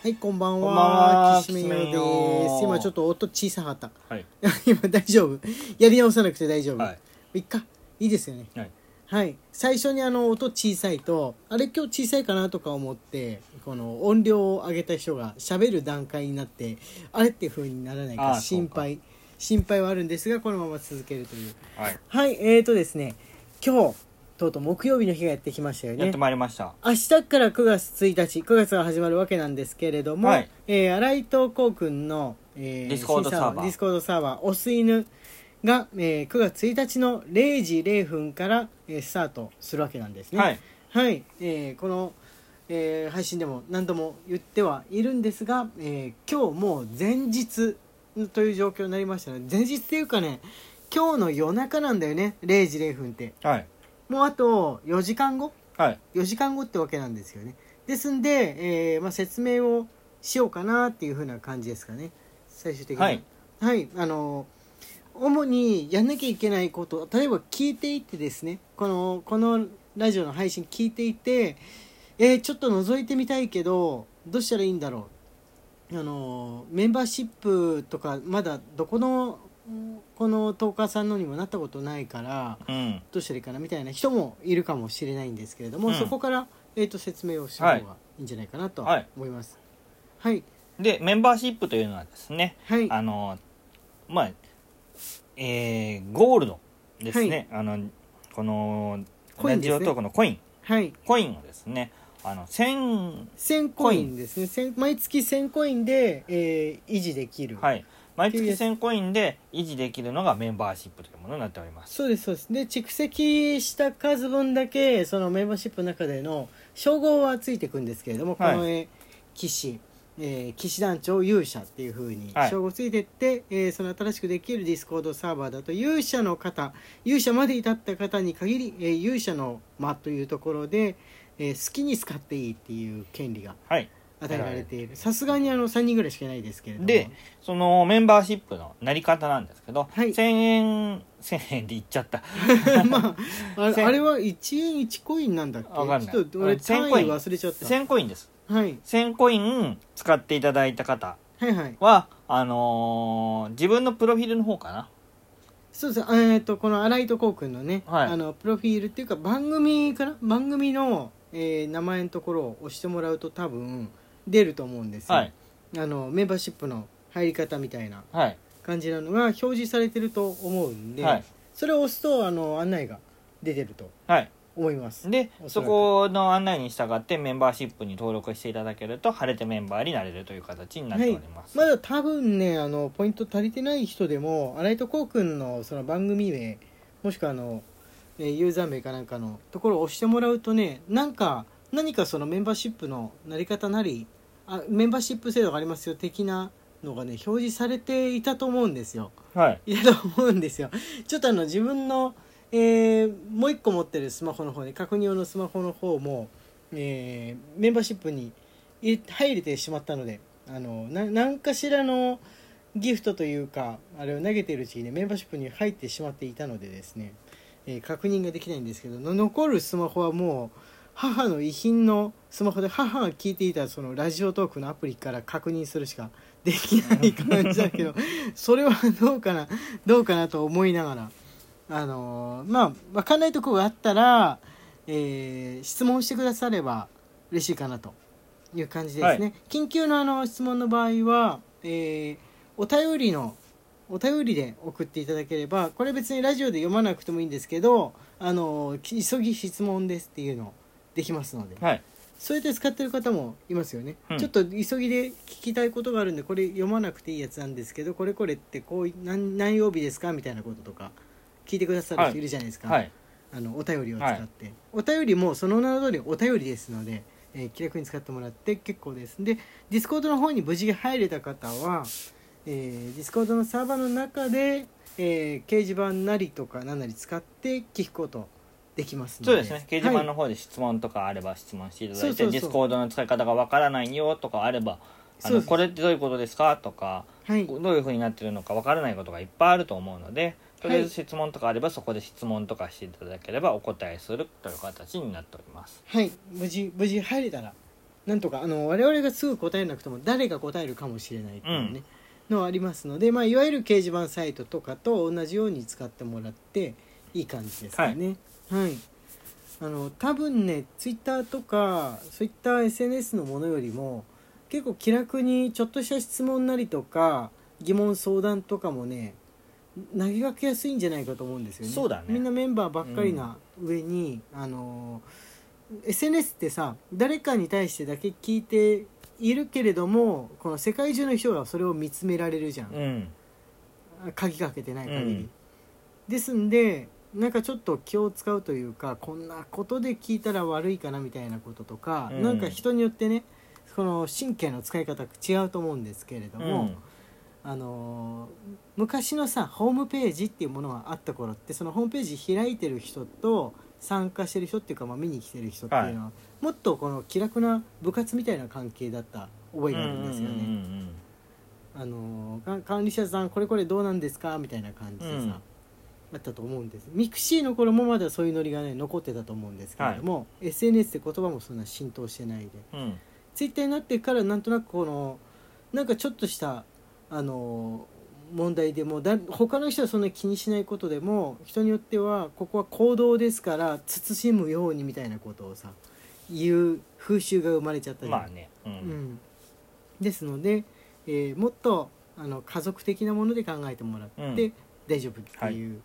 はい、こんばんは。こんばんはきしめんよきしめんでよす。今ちょっと音小さかった。 はい。今大丈夫。やり直さなくて大丈夫。。はいっか。いいですよね。い。はい。はい。最初にあの音小さいと、あれ今日小さいかなとか思って、この音量を上げた人が喋る段階になって、あれっていう風にならないあかー心配、心配はあるんですが、このまま続けるという。はい。はい、えーとですね、今日、とうとう木曜日の日がやってきましたよね。やってまいりました。明日から9月1日9月が始まるわけなんですけれども、はいえー新井東光くんの、えー Discord 新サーバーディスコードサーバー「オス犬が、えー9月1日の0時0分から、えースタートするわけなんですねはい。はいえーこの、えー配信でも何度も言ってはいるんですが、えー今日もう前日という状況になりましたね前日っていうかね今日の夜中なんだよね0時0分ってはい。もうあと4時間後はい。 4時間後ってわけなんですよねですんで、えーまあ、説明をしようかなっていうふうな感じですかね最終的にはい、はいあの主にやんなきゃいけないこと例えば聞いていってですねこのこのラジオの配信聞いていて、えーちょっと覗いてみたいけどどうしたらいいんだろうあのメンバーシップとかまだどこのこのトーカーさんのにもなったことないからうん。どうしたらいいかなみたいな人もいるかもしれないんですけれども、うんそこから、えー、と説明をした方がいいんじゃないかなとははい思いますはいで、メンバーシップというのはですね、はいあの、まあ、えー、ゴールドですね。あの、この、コインラでジすねオトークのコイン、はいコインをですね、あの、1000、 1000コインですね1000毎月1000コインで、えー維持できる、はい。毎月っていうやつ1000コインで維持できるのがメンバーシップというものになっております。そうですそうですで蓄積した数分だけそのメンバーシップの中での称号はついていくんですけれども、はいこの、えー騎士、えー騎士団長勇者っていうふうにはい称号ついてって、えーその新しくできるディスコードサーバーだと勇者の方勇者まで至った方に限り、えー勇者の間というところで、えー好きに使っていいっていう権利がはい。与えられているさすがにあの3人ぐらいしかいないですけれどもでそのメンバーシップのなり方なんですけど、はい1000円1000円 で言っちゃった まあ、あれ千あれは1円1コインなんだっけわかんないちょっと俺あ千単位コイン忘れちゃった、 1000コインですはい、 1000コイン使っていただいた方はいはいはあのー自分のプロフィールの方かなそうですえっとこの新井戸光君のね、はいあのプロフィールっていうか番組かな番組の、えー名前のところを押してもらうと多分出ると思うんですよ、はいあのメンバーシップの入り方みたいなはい感じなのが表示されてると思うんで、はいそれを押すとあの案内が出てるとはい思いますでおそそらくこの案内に従ってメンバーシップに登録していただけると晴れてメンバーになれるという形になっております、まだ多分ねあのポイント足りてない人でも新井とこうくんのその番組名もしくはあの、えーユーザー名かなんかのところを押してもらうとねなんか何かそのメンバーシップのなり方なりあメンバーシップ制度がありますよ的なのがね表示されていたと思うんですよはいいやと思うんですよちょっとあの自分の、えーもう一個持ってるスマホの方ね確認用のスマホの方も、えーメンバーシップに入れ入れてしまったのであのな何かしらのギフトというかあれを投げているうちにねメンバーシップに入ってしまっていたのでですね、えー確認ができないんですけどの残るスマホはもう母の遺品のスマホで母が聞いていたそのラジオトークのアプリから確認するしかできない感じだけどそれはどうかなどうかなと思いながらあのーまあ分かんないところがあったら、えー質問してくだされば嬉しいかなという感じですね、緊急のあの質問の場合は、えーお便りのお便りで送っていただければこれ別にラジオで読まなくてもいいんですけどあのき急ぎ質問ですっていうのできますのではいそれで使ってる方もいますよね、うんちょっと急ぎで聞きたいことがあるんでこれ読まなくていいやつなんですけどこれこれってこうい何何曜日ですかみたいなこととか聞いてくださる人いるじゃないですか、はいあのお便りを使って、お便りもその名の通りお便りですので、えー気楽に使ってもらって結構ですでディスコードの方に無事入れた方は、えー、ディスコードのサーバーの中で、えー掲示板なりとか何なり使って聞くことできますのでそうですね掲示板はいの方で質問とかあれば質問していただいて、そうそうそうディスコードの使い方がわからないよとかあればあそうのですこれってどういうことですかとかはいどういうふうになってるのかわからないことがいっぱいあると思うのでとりあえず質問とかあればそこで質問とかしていただければお答えするという形になっておりますはい無事無事入れたらなんとかあの我々がすぐ答えなくても誰が答えるかもしれないっていうね、のはありますので、まあ、いわゆる掲示板サイトとかと同じように使ってもらっていい感じですかね。はい、あの多分ねツイッターとかそういった SNS のものよりも結構気楽にちょっとした質問なりとか疑問相談とかもね投げかけやすいんじゃないかと思うんですよね。そうだねみんなメンバーばっかりな上に、あの SNS ってさ誰かに対してだけ聞いているけれどもこの世界中の人がそれを見つめられるじゃん、うん鍵かけてない限り、うんですんでなんかちょっと気を使うというかこんなことで聞いたら悪いかなみたいなこととか、うんなんか人によってねこの神経の使い方違うと思うんですけれどうも、んあのー昔のさホームページっていうものがあった頃ってそのホームページ開いてる人と参加してる人っていうか、まあ、見に来てる人っていうのは、もっとこの気楽な部活みたいな関係だった覚えがあるんですよね。うんうんあのか管理者さんこれこれどうなんですかみたいな感じでさ、うんあったと思うんですミクシーの頃もまだそういうノリがね残ってたと思うんですけれども、SNS って言葉もそんな浸透してないでうんうんツイッターになってからなんとなくこのなんかちょっとしたあの問題でもだ他の人はそんな気にしないことでも人によってはここは行動ですから慎むようにみたいなことをさ言う風習が生まれちゃったうんりとかまあねううんん、ですので、えーもっとあの家族的なもので考えてもらって、うん大丈夫っていう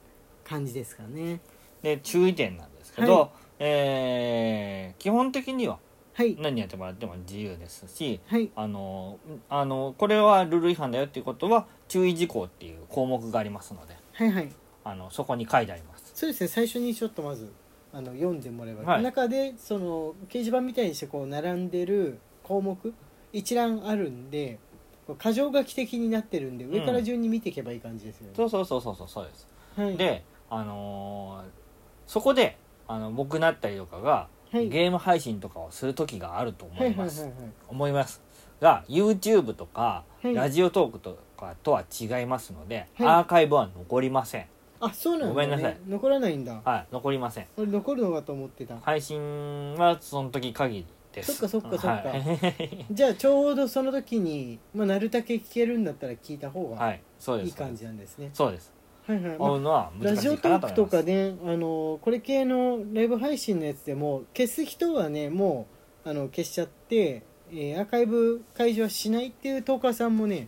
感じですかね。で注意点なんですけど、はえー基本的にははい、何やってもらっても自由ですしはい、あのあのこれはルール違反だよっていうことは注意事項っていう項目がありますのではい、はい、あのそこに書いてあります。そうですね。最初にちょっとまずあの読んでもらえば、はい中でその掲示板みたいにしてこう並んでる項目一覧あるんで。こう箇条書き的になってるんで上から順に見ていけばいい感じですよね。そうそうそうそうそうそうです。はい、で、あのーそこであの僕なったりとかが、はい、ゲーム配信とかをする時があると思はいいはいはまいす。はい思いますが YouTube とか、はいラジオトークとかとは違いますので、はいアーカイブは残りません。あそうなんだ、ね、ごめんなさい残らないんだはい残りません。俺残るのかと思ってた配信はその時限りです。そっかそっかそっかはい、 じゃあちょうどその時に、まあ、なるだけ聞けるんだったら聞いた方はがい、そうです。いい感じなんですね。そうです。はいはいまあ追うのはラ難しジオいトかーなとク思います。とかね、あのこれ系のライブ配信のやつでも消す人はねもうあの消しちゃって、えーアーカイブ解除はしないっていうトーカーさんもね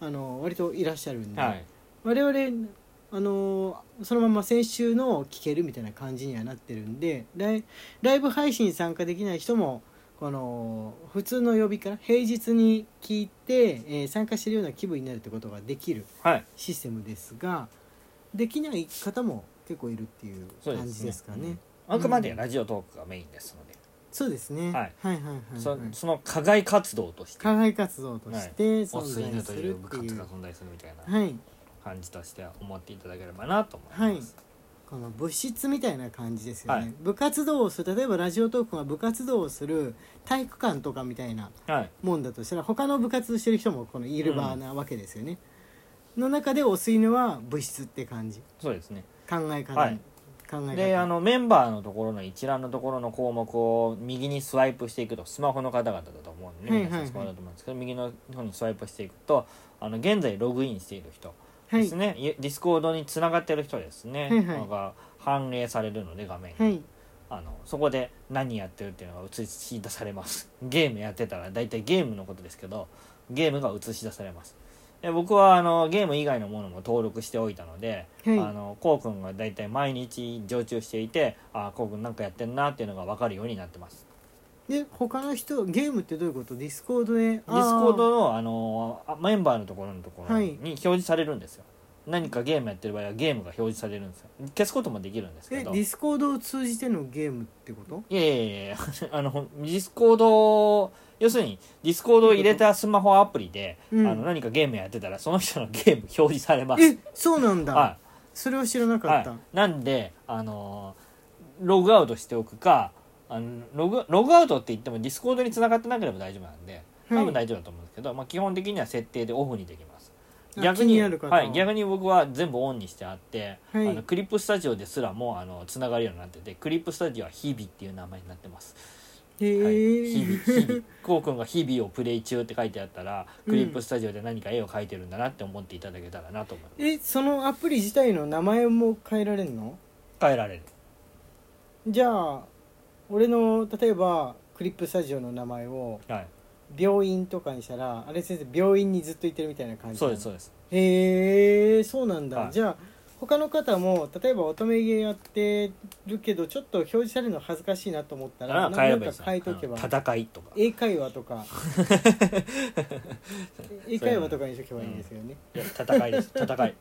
あの割といらっしゃるんで、はい、我々あのそのまま先週のを聞けるみたいな感じにはなってるんでライライブ配信に参加できない人もこの普通の曜日から平日に聞いて、えー参加してるような気分になるってことができるはい、システムですができない方も結構いるっていうそう感じですかね。うんあくまでラジオトークがメインですので、そうですね、はいはいはいはいそはいその課外活動として課外活動としてお存すいぬ在とすいるうっ部てい活うが。存在するみたいなはい感じとしては思っていただければなと思います。この物質みたいな感じですよね、はい部活動をする例えばラジオトークが部活動をする体育館とかみたいなはい、もんだとしたら他の部活してる人もこのいる場なわけですよね、の中でお吸い犬は物質って感じそうですね。考え方、はい考え方であのメンバーのところの一覧のところの項目を右にスワイプしていくとスマホの方々だと思うんで、はい皆さんスマホだと思うんですけど、右の方にスワイプしていくとあの現在ログインしている人はですいね、いディスコードにつながってる人ですね、はいはいが反映されるので画面に、はいあのそこで何やってるっていうのが映し出されます ゲームやってたら大体ゲームのことですけどゲームが映し出されますで僕はあのゲーム以外のものも登録しておいたので、はいあのこうくんが大体毎日常駐していてああこうくんなんかやってんなっていうのが分かるようになってますで他の人ゲームってどういうことディスコードでディディスコードのあのあメンバーのところのところはいに表示されるんですよ、何かゲームやってる場合はゲームが表示されるんですよ消すこともできるんですけえデどィスコードを通じてのゲームってこといやいやいやいや あのディスコード要するにディスコードを入れたスマホアプリで、うんあの何かゲームやってたらその人のゲーム表示されますえそうなんだ、は、それは知らないかった、はい、なんであのログアウトしておくかあのログログアウトって言ってもディスコードに繋がってなければ大丈夫なんで多分大丈夫だと思うんですけど、まあ、基本的には設定でオフにできますあ逆気にになる方ははい、逆に僕は全部オンにしてあって、はいあのクリップスタジオですらもあの繋がるようになっててクリップスタジオは日々っていう名前になってますへえ、はい、日々日々こうくんが「日々をプレイ中」って書いてあったら、うんクリップスタジオで何か絵を描いてるんだなって思っていただけたらなと思いますえそのアプリ自体の名前も変えられるの変えられるじゃあ俺の例えばクリップスタジオの名前をはい病院とかにしたらあれ先生病院にずっと行ってるみたいな感じそうですそううですへえそうなんだ、はいじゃあ他の方も例えば乙女芸やってるけどちょっと表示されるの恥ずかしいなと思っただかららな変えればいないんか変えとけばですよ戦いとか英会話とか 英会話とかにしとけばいいんですよね、いや戦いです戦い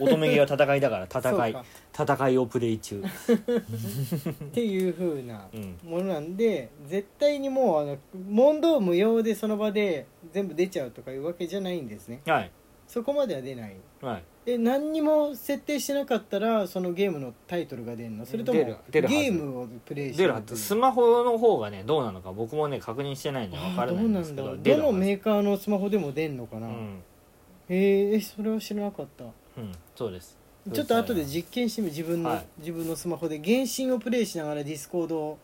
乙女芸は戦いだから戦 そういか戦いをプレイ中っていう風なうんものなんで絶対にもうあの問答無用でその場で全部出ちゃうとかいうわけじゃないんですねはいそこまでは出ないはいえ何にも設定してなかったらそのゲームのタイトルが出るのそれとも出る出るはずゲームをプレイして出るはずスマホの方がねどうなのか僕もね確認してないんで分あかーらどないうんなですんけだろどう出どるはのずメーカーのスマホでも出んのかな、うへんえー、それは知らなかったうんそうですちょっと後で実験してみ自分の、はい自分のスマホで原神をプレイしながらディスコードを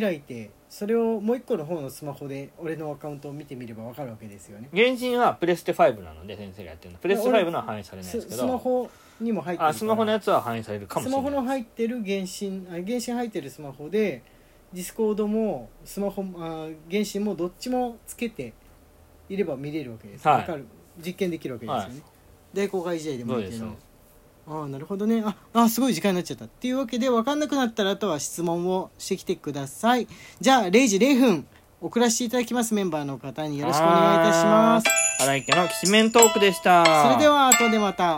開いてそれをもう一個の方のスマホで俺のアカウントを見てみればわかるわけですよね原神はプレステ5なので先生がやってるのプレステ5のは反映されないスですけどスマホにも入ってるからあスマホのやつは反映されるかもしスれなマいホの入ってる原神あ原神入ってるスマホでディスコードもスマホもあ原神もどっちもつけていれば見れるわけです、はいわかる実験できるわけですよね、はいで公開試合でもそう見でてすそうのですああなるほどねああすごい時間になっちゃったっていうわけで分かんなくなったらあとは質問をしてきてくださいじゃあ0時0分送らせていただきますメンバーの方によろしくお願いいたします荒井家のきしめんトークでしたそれでは後でまた